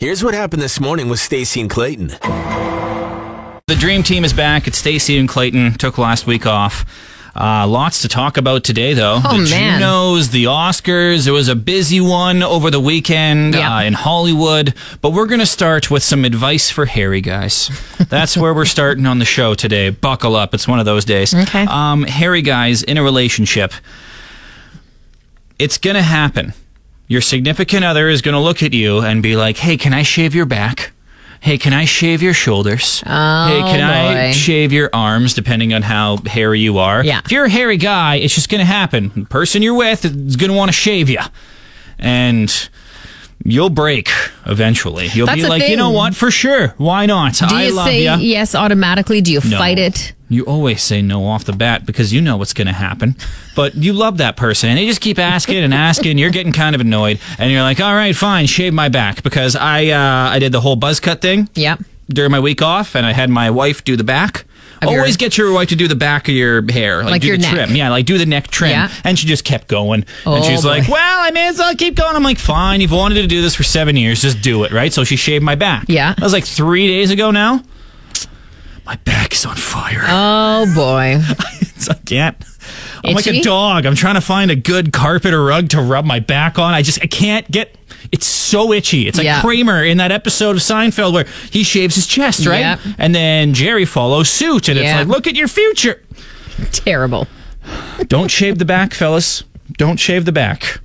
Here's what happened this morning with Stacy and Clayton. The dream team is back. It's Stacy and Clayton. Took last week off. Uh, lots to talk about today, though. Oh, the man. Junos, the Oscars. It was a busy one over the weekend Yeah. uh, in Hollywood. But we're going to start with some advice for Harry, guys. That's where we're starting on the show today. Buckle up. It's one of those days. Okay. Um, Harry, guys, in a relationship, it's going to happen. Your significant other is going to look at you and be like, hey, can I shave your back? Hey, can I shave your shoulders? hey, can I Oh, boy. shave your arms depending on how hairy you are? Yeah. If you're a hairy guy, it's just going to happen. The person you're with is going to want to shave you. And you'll break eventually. You'll That's be a like, you know thing. what? For sure. Why not? Do I you love say ya." yes automatically? Do you No. fight it? You always say no off the bat because you know what's going to happen. But you love that person, and they just keep asking and asking. You're getting kind of annoyed, and you're like, "All right, fine, shave my back because I uh, I did the whole buzz cut thing Yep. during my week off, and I had my wife do the back. Of your- always get your wife to do the back of your hair, like, Like do your the neck. trim. Yeah, like do the neck trim. Yeah. And she just kept going, and Oh, she's like, boy. "Well, I may as well keep going." I'm like, "Fine, you've wanted to do this for seven years, just do it, right?" So she shaved my back. Yeah. that was like three days ago now. My back is on fire. Oh boy. I can't. I'm like a Itchy? dog. I'm trying to find a good carpet or rug to rub my back on. I just I can't get. It's so itchy. It's like Yeah. Kramer in that episode of Seinfeld where he shaves his chest, right? Yep. And then Jerry follows suit, and Yeah. it's like, look at your future. Terrible. Don't shave the back, fellas. Don't shave the back.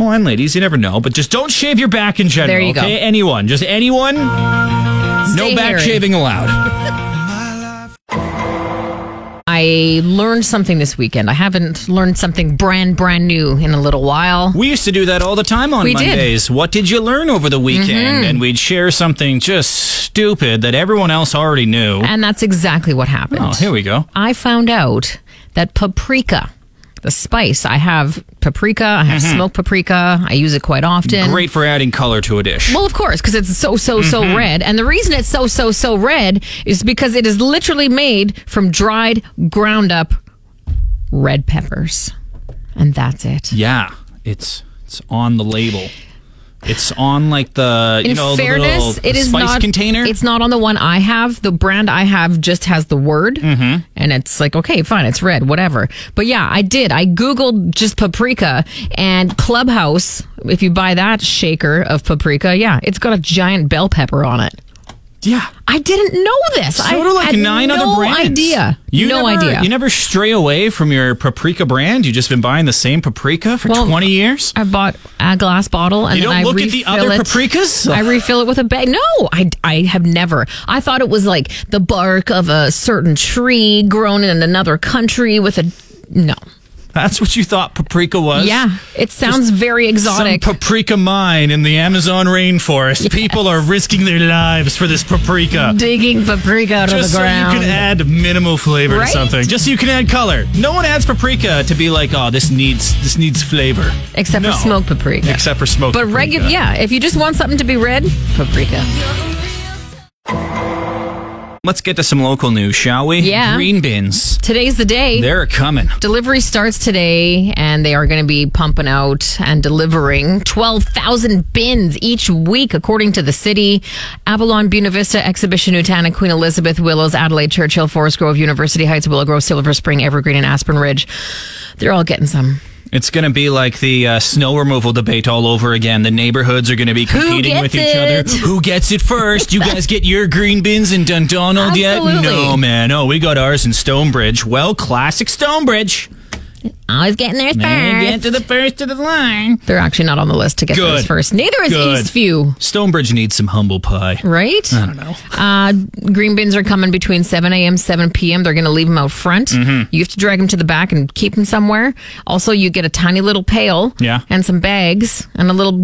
Well, and ladies, you never know, but just don't shave your back in general. There you go. okay? Anyone, just anyone. Stay no back hairy. shaving allowed. I learned something this weekend. I haven't learned something brand brand new in a little while. We used to do that all the time on We did. Mm-hmm. Mondays. What did you learn over the weekend? And we'd share something just stupid that everyone else already knew. And that's exactly what happened. Oh, here we go. I found out that paprika, the spice, I have paprika, I have Mm-hmm. smoked paprika. I use it quite often. Great for adding color to a dish. Well, of course, because it's so, so, so Mm-hmm. red. And the reason it's so, so, so red is because it is literally made from dried, ground up red peppers. And that's it. Yeah, it's it's on the label. It's on like the you In know the fairness, little it is spice not container. It's not on the one I have. The brand I have just has the word, Mm-hmm. and it's like okay, fine, it's red, whatever. But yeah, I did. I googled just paprika and Clubhouse. If you buy that shaker of paprika, yeah, it's got a giant bell pepper on it. yeah. I didn't know this. I So do like had nine no other brands. idea. You no never, idea. You never stray away from your paprika brand. You've just been buying the same paprika for Well, twenty years. I bought a glass bottle and You then don't I look at refill the other it. paprikas? I refill it with a bag. No, I, I have never. I thought it was like the bark of a certain tree grown in another country with a no. That's what you thought paprika was. Yeah, it sounds very exotic. Some paprika mine in the Amazon rainforest. People are risking their lives for this paprika. Digging paprika out Just so of the you ground. can add minimal flavor Right? to something. Just so you can add color. No one adds paprika to be like, oh, this needs this needs flavor. Except No. for smoked paprika. Except for smoked. but paprika. regular, yeah. If you just want something to be red, paprika. Let's get to some local news, shall we? Yeah. Green bins. Today's the day. They're coming. Delivery starts today, and they are going to be pumping out and delivering 12,000 bins each week, according to the city. Avalon, Buena Vista, Exhibition, Nutana, Queen Elizabeth, Willows, Adelaide, Churchill, Forest Grove, University Heights, Willow Grove, Silver Spring, Evergreen, and Aspen Ridge. They're all getting some. It's going to be like the uh, snow removal debate all over again. The neighborhoods are going to be competing gets with each other. it? Who gets it first? You guys get your green bins in Dundonald yet? Absolutely. No, man. Oh, we got ours in Stonebridge. Well, classic Stonebridge. Always getting theirs Man, get first. to the first of the line. They're actually not on the list to get Good. those first. Neither is Good. Eastview, Stonebridge needs some humble pie. right? I don't know. Uh, green bins are coming between 7 a.m. 7 p.m. They're going to leave them out front. Mm-hmm. You have to drag them to the back and keep them somewhere. Also, you get a tiny little pail Yeah. and some bags and a little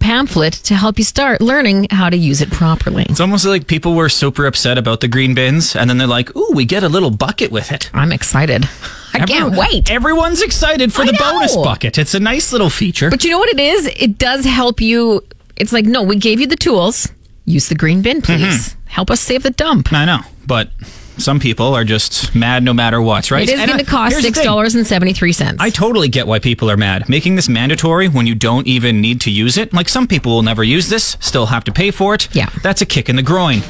pamphlet to help you start learning how to use it properly. It's almost like people were super upset about the green bins, and then they're like, "Ooh, we get a little bucket with it." I'm excited. I can't Everyone- wait. Everyone's excited for I the know. bonus bucket. It's a nice little feature. But you know what it is? It does help you. It's like, Mm-hmm. no, we gave you the tools. Use the green bin, please. Help us save the dump. I know, but Some people are just mad no matter what, right? It is And going to I- cost here's the six thing. dollars and seventy three cents. I totally get why people are mad. Making this mandatory when you don't even need to use it, like some people will never use this, still have to pay for it. Yeah. That's a kick in the groin.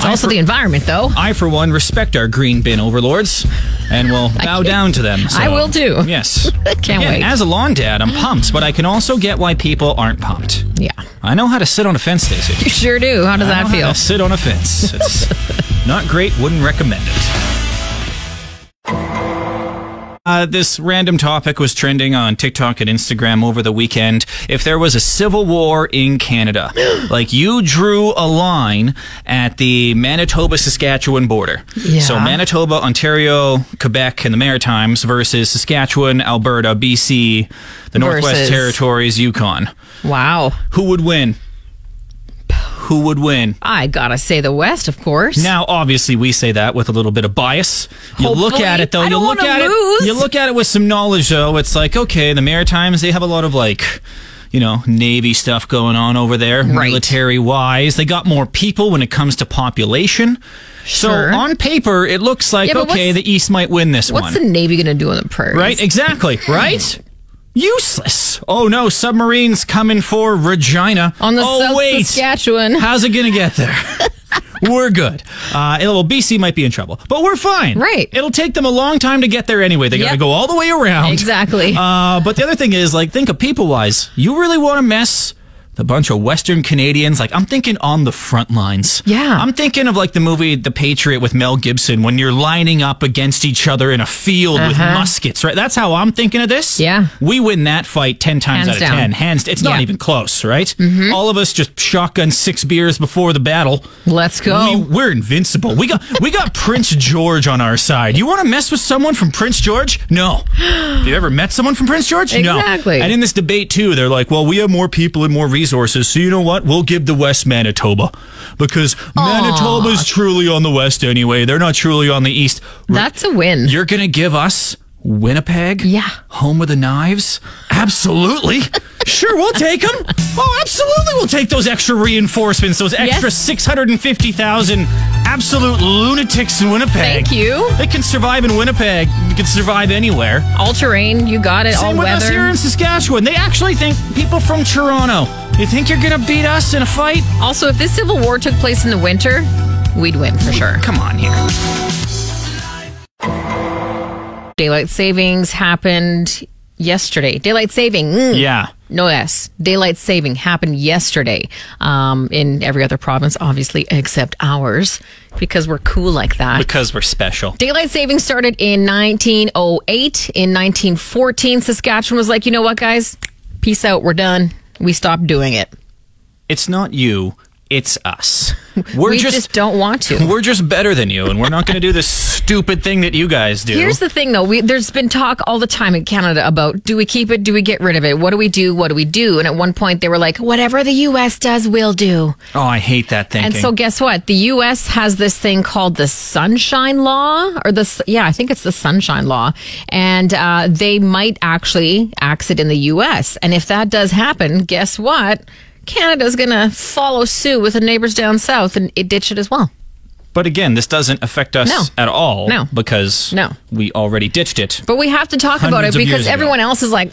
It's also the environment, though. I, for one, respect our green bin overlords and will bow down to them. I will too. Yes. Can't Again, wait. As a lawn dad, I'm pumped, but I can also get why people aren't pumped. Yeah, I know how to sit on a fence, Stacey. you sure do. How does I that know how feel? to sit on a fence. It's not great. Wouldn't recommend it. Uh, this random topic was trending on TikTok and Instagram over the weekend. If there was a civil war in Canada, like you drew a line at the Manitoba Saskatchewan border. Yeah. So Manitoba, Ontario, Quebec, and the Maritimes versus Saskatchewan, Alberta, BC, the Northwest Versus. Territories, Yukon. Wow. Who would win? Who would win? I gotta say the West, of course. Now, obviously, we say that with a little bit of bias. You look Hopefully. at it though. I you don't look wanna at lose. it. You look at it with some knowledge though. It's like okay, the Maritimes they have a lot of like. You know, Navy stuff going on over there, Right. military wise. They got more people when it comes to population. Sure. So on paper, it looks like, Yeah, but okay, what's- the East might win this one. what's the Navy gonna do on the prairies? Right? Exactly. Right? Useless. Oh no, submarines coming for Regina. on the oh, South wait. Saskatchewan. How's it going to get there? we're good. Uh, well, BC might be in trouble, but we're fine. Right. It'll take them a long time to get there anyway. They got to Yep. go all the way around. Exactly. Uh, but the other thing is, like, think of people wise. You really want to mess with a bunch of Western Canadians. Like, I'm thinking on the front lines. Yeah. I'm thinking of, like, the movie The Patriot with Mel Gibson when you're lining up against each other in a field with Uh-huh. muskets, right? That's how I'm thinking of this. Yeah. We win that fight 10 times out Hands of down. 10. Hands, it's not Yeah. Mm-hmm. even close, right? All of us just shotgun six beers before the battle. Let's go. We, we're invincible. We got we got Prince George on our side. You want to mess with someone from Prince George? No. Have you ever met someone from Prince George? Exactly. No. And in this debate too, they're like, "Well, we have more people and more resources, so you know what? We'll give the West Manitoba because Manitoba's truly on the west anyway. They're not truly on the east. That's a win. You're going to give us Winnipeg? Yeah. Home of the knives? Absolutely. sure, we'll take them. Oh, absolutely. We'll take those extra reinforcements, those extra Yes. 650,000 absolute lunatics in Winnipeg. Thank you. They can survive in Winnipeg. They can survive anywhere. All terrain. You got it. all Same with weather. us here in Saskatchewan. They actually think people from Toronto. You think you're going to beat us in a fight? Also, if this civil war took place in the winter, we'd win for sure. Come on here. Daylight savings happened yesterday. Daylight saving. mm. Yeah. No S. Daylight saving happened yesterday um, in every other province, obviously, except ours, because we're cool like that. Because we're special. Daylight saving started in 1908. In 1914, Saskatchewan was like, you know what, guys? Peace out. We're done. We stopped doing it. It's not you, it's us. We're we just, don't want to. We're just better than you, and we're not going to do this stupid thing that you guys do. Here's the thing, though. We, there's been talk all the time in Canada about do we keep it? Do we get rid of it? What do we do? What do we do? And at one point, they were like, whatever the U.S. does, we'll do. oh, I hate that thinking. And so, guess what? The U.S. has this thing called the Sunshine Law, or the s- yeah, I think it's the Sunshine Law, and uh, they might actually axe it in the U.S. And if that does happen, guess what? Canada's gonna follow suit with the neighbors down south and it ditch it as well. but again, this doesn't affect us No. at all No. because No. we already ditched it, But we have to talk about it Hundreds of years because ago. everyone else is like,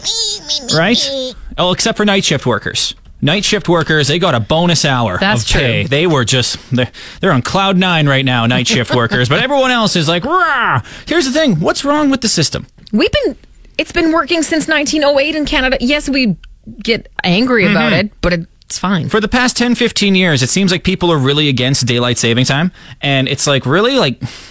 right? Oh, except for night shift workers. Night shift workers, they got a bonus hour That's of pay. true. They were just they're, they're on cloud nine right now, night shift workers. But everyone else is like, rah. Here's the thing: what's wrong with the system? We've been it's been working since 1908 in Canada. Yes, we get angry about it, but it's fine. Mm-hmm. for the past 10 15 years it seems like people are really against daylight saving time and it's like really like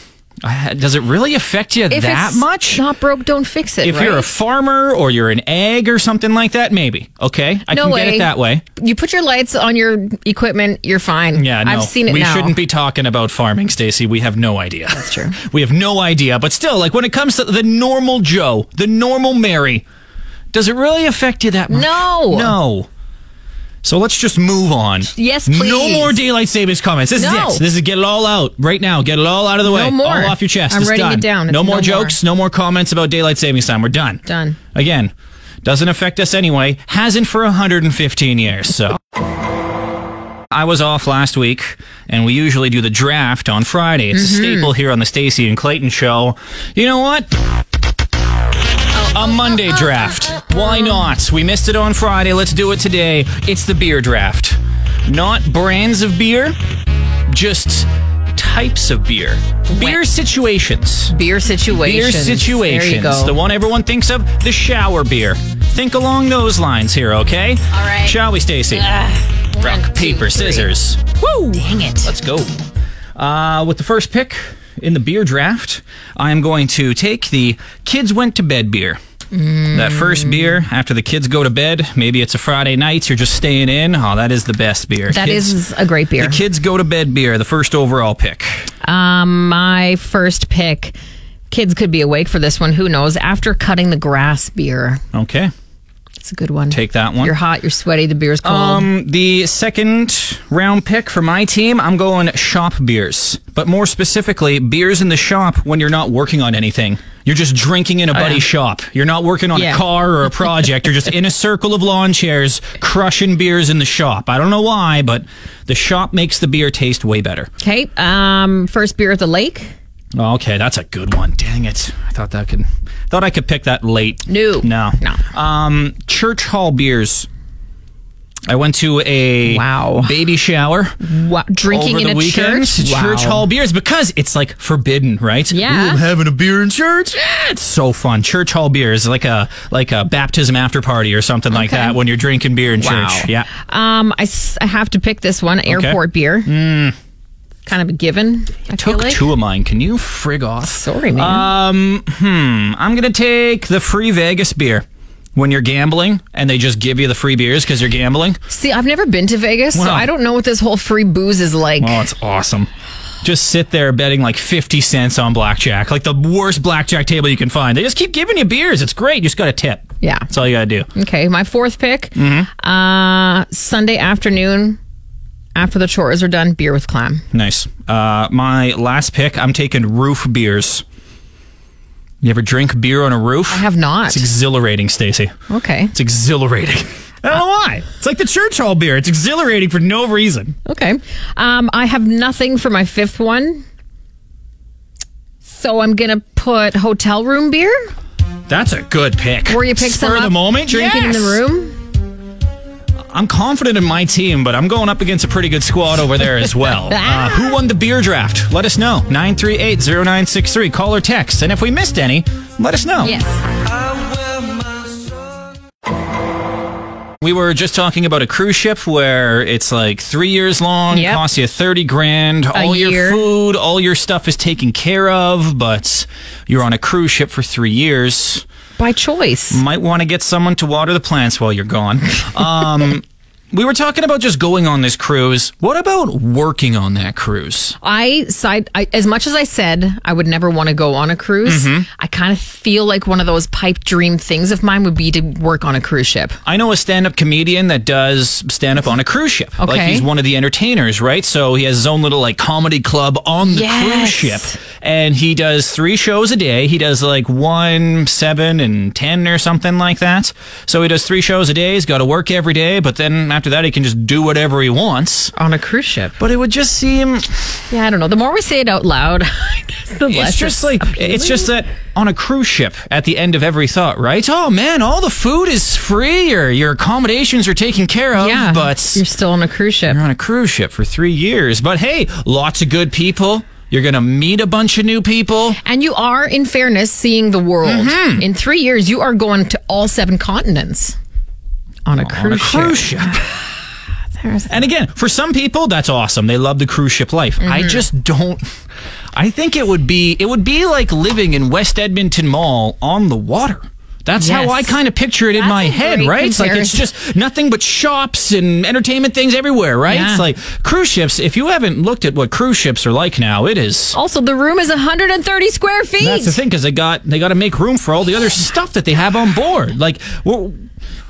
does it really affect you that it's much not broke, don't fix it. if you're a right? farmer or you're an egg or something like that maybe okay i No can way. get it that way you put your lights on your equipment, you're fine. yeah no I've seen it we now. shouldn't be talking about farming stacy we have no idea that's true. we have no idea but still like when it comes to the normal joe the normal mary does it really affect you that much No. no so let's just move on. Yes, No please. more daylight savings comments. This No. is it. This is get it all out right now. Get it all out of the way. more. All off your chest. I'm It's writing it done. down. No It's more no jokes. No more comments about daylight savings time. We're done. Done. Again, doesn't affect us anyway. Hasn't for 115 years. So. I was off last week, and we usually do the draft on Friday. It's a staple here on the Stacy and Clayton show. You know what? A Monday draft. Why not? We missed it on Friday. Let's do it today. It's the beer draft. Not brands of beer, just types of beer. Beer situations. Beer Beer situations. situations. There you go. The one everyone thinks of, the shower beer. Think along those lines here, okay? All right. Shall we, Stacy? Ugh. One, Rock, two, paper, three. scissors. Woo! Dang it. Let's go. Uh, with the first pick in the beer draft, I am going to take the kids went to bed beer. That Mm. first beer after the kids go to bed. Maybe it's a Friday night. You're just staying in. Oh, that is the best beer. That Kids- is a great beer. the kids go to bed beer. The first overall pick. Um, my first pick. Kids could be awake for this one. Who knows? After cutting the grass, beer. Okay. It's a good one. Take that one. You're hot. You're sweaty. The beer's cold. Um, the second round pick for my team, I'm going shop beers, but more specifically, beers in the shop when you're not working on anything. You're just drinking in a buddy's shop. You're not working on Yeah. a car or a project. you're just in a circle of lawn chairs, crushing beers in the shop. I don't know why, but the shop makes the beer taste way better. okay. Um, first beer at the lake. Okay, that's a good one. Dang it! I thought that could, thought I could pick that late. No. no, No. Um, church hall beers. I went to a Wow. baby shower. Wow. Drinking over in the a weekend, church. to Church Wow. hall beers because it's like forbidden, right? Yeah. Ooh, I'm having a beer in church. Yeah, it's so fun. Church hall beers like a like a baptism after party or something like Okay. that when you're drinking beer in Wow. church. Yeah. Um, I, s- I have to pick this one. Airport beer. Kind of a given. Hmm. I feel Took like. two of mine. Can you frig off? Sorry, man. Um, hmm. I'm gonna take the free Vegas beer. When you're gambling and they just give you the free beers because you're gambling. See, I've never been to Vegas, so Wow. I don't know what this whole free booze is like. Oh, it's awesome. Just sit there betting like 50 cents on blackjack, like the worst blackjack table you can find. They just keep giving you beers. It's great. You just got to tip. Yeah. That's all you got to do. Okay, my fourth pick. Mm-hmm. Uh, Sunday afternoon, after the chores are done, beer with clam. Nice. Uh, my last pick, I'm taking roof beers. You ever drink beer on a roof? I have not. It's exhilarating, Stacy. Okay. It's exhilarating. I don't know why. It's like the church hall beer. It's exhilarating for no reason. Okay. Um, I have nothing for my fifth one. So I'm gonna put hotel room beer. That's a good pick. Were you pick Spur some of up, the moment? drinking yes! in the room? I'm confident in my team, but I'm going up against a pretty good squad over there as well. Uh, who won the beer draft? Let us know. 938-0963. Call or text. And if we missed any, let us know. Yes. We were just talking about a cruise ship where it's like three years long, Yep. costs you 30 grand, all year. your food, all your stuff is taken care of, but you're on a cruise ship for three years. By choice. Might want to get someone to water the plants while you're gone. Um, we were talking about just going on this cruise. What about working on that cruise? I side I, as much as I said I would never want to go on a cruise. Mm-hmm. I kind of feel like one of those pipe dream things of mine would be to work on a cruise ship. I know a stand-up comedian that does stand-up on a cruise ship. Like Okay. he's one of the entertainers, right? So he has his own little like comedy club on the Yes. cruise ship, and he does three shows a day. He does like one, seven, and ten or something like that. So he does three shows a day. He's got to work every day, but then after that, he can just do whatever he wants. On a cruise ship. But it would just seem Yeah, I don't know. The more we say it out loud, I guess the less it's just like it's just that on a cruise ship at the end of every thought, right? Oh man, all the food is free or your accommodations are taken care of, yeah, but you're still on a cruise ship. you're on a cruise ship for 3 years. But hey, lots of good people. You're going to meet a bunch of new people. And you are, in fairness, seeing the world. Mm-hmm. In three years, you are going to all seven continents on a on a cruise cruise ship. ship. And again, for some people, that's awesome. They love the cruise ship life. I Mm-hmm. just don't. I think it would be it would be like living in West Edmonton Mall on the water. That's Yes. how I kind of picture it in That's my a head, great right? It's Like it's comparison. just nothing but shops and entertainment things everywhere, right? Yeah. It's like cruise ships. If you haven't looked at what cruise ships are like now, it is. Also, the room is 130 square feet. That's the thing because they got they got to make room for all the other stuff that they have on board. Like, well,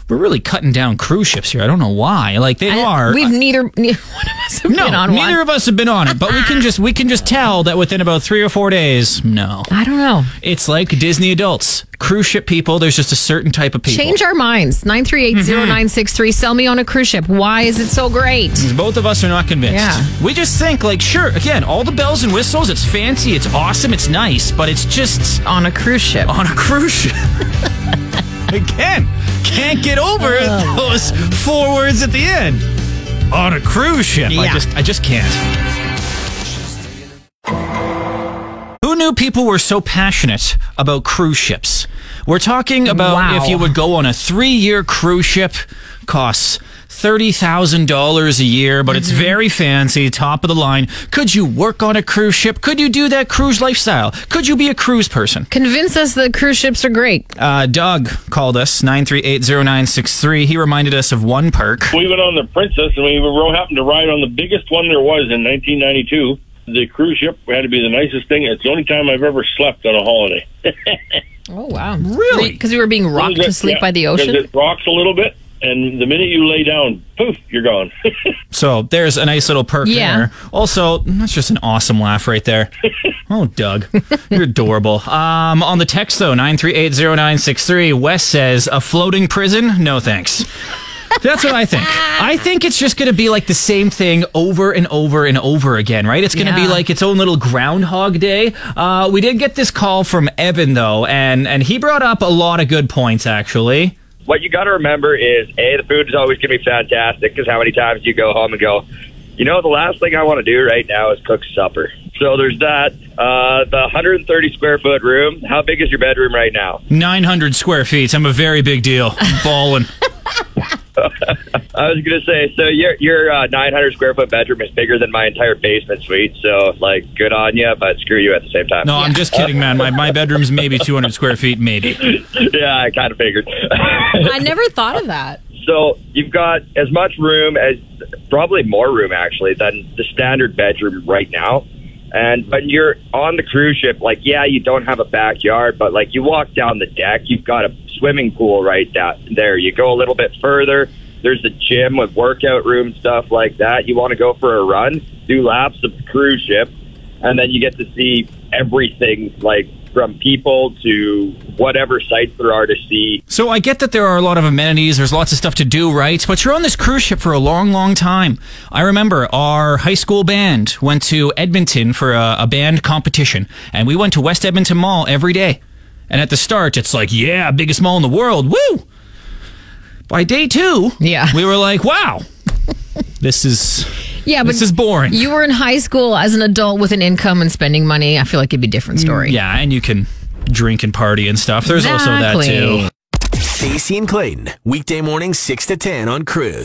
we're really cutting down cruise ships here. I don't know why. Like they I- are. uh, We've neither, neither one of us have no, been on neither one. of us have been on it, but we can just we can just tell that within about three or four days. No, I don't know. it's like Disney adults, cruise ship people. There's just a certain type of people. Change our minds. 9380963. Sell me on a cruise ship. Why is it so great? Both of us are not convinced. Yeah. We just think like, sure, again, all the bells and whistles. It's fancy. It's awesome. It's nice, but it's just On a cruise ship. on a cruise ship. Again, can't get over Oh, those four words at the end. On a cruise ship, I Yeah. just, I just can't. Who knew people were so passionate about cruise ships? We're talking about Wow. if you would go on a three-year cruise ship, costs thirty thousand dollars a year, but it's Mm-hmm. very fancy, top of the line. Could you work on a cruise ship? Could you do that cruise lifestyle? Could you be a cruise person? Convince us that cruise ships are great. Uh, Doug called us, 9380963. He reminded us of one perk. We went on the Princess, and we were happened to ride on the biggest one there was in 1992. The cruise ship had to be the nicest thing. It's the only time I've ever slept on a holiday. Oh, wow. Really? Because we were being rocked to sleep Yeah, by the 'cause ocean. It rocks a little bit, and the minute you lay down, poof, you're gone. So there's a nice little perk Yeah. there. Also, that's just an awesome laugh right there. oh, Doug, you're adorable. Um, on the text, though, 9380963, Wes says, a floating prison? No thanks. That's what I think. I think it's just going to be like the same thing over and over and over again, right? It's going to be Yeah. like its own little Groundhog Day. Uh, we did get this call from Evan though, and and he brought up a lot of good points actually. what you got to remember is a the food is always going to be fantastic because how many times you go home and go you know the last thing i want to do right now is cook supper so there's that uh, the 130 square foot room how big is your bedroom right now 900 square feet. I'm a very big deal. Ballin'. i was going to say so your your uh, 900 square foot bedroom is bigger than my entire basement suite so like good on you but screw you at the same time No, I'm just kidding, man. My my bedroom's maybe 200 square feet, maybe. yeah i kind of figured I never thought of that. So you've got as much room as probably more room actually than the standard bedroom right now. And when you're on the cruise ship, like yeah, you don't have a backyard, but like you walk down the deck, you've got a swimming pool right da- there. You go a little bit further, there's a gym with workout room stuff like that. You want to go for a run, do laps of the cruise ship, and then you get to see everything like from people to whatever sights there are to see So I get that there are a lot of amenities. There's lots of stuff to do, right? But you're on this cruise ship for a long, long time. I remember our high school band went to Edmonton for a, a band competition, and we went to West Edmonton Mall every day. And at the start, it's like, yeah, biggest mall in the world, woo! By day two, Yeah. we were like, wow, this is Yeah, but this is boring. you were in high school as an adult with an income and spending money. I feel like it'd be a different story. Mm, yeah, and you can drink and party and stuff. There's also that Exactly. too. Stacey and Clayton, weekday mornings 6 to 10 on Cruise.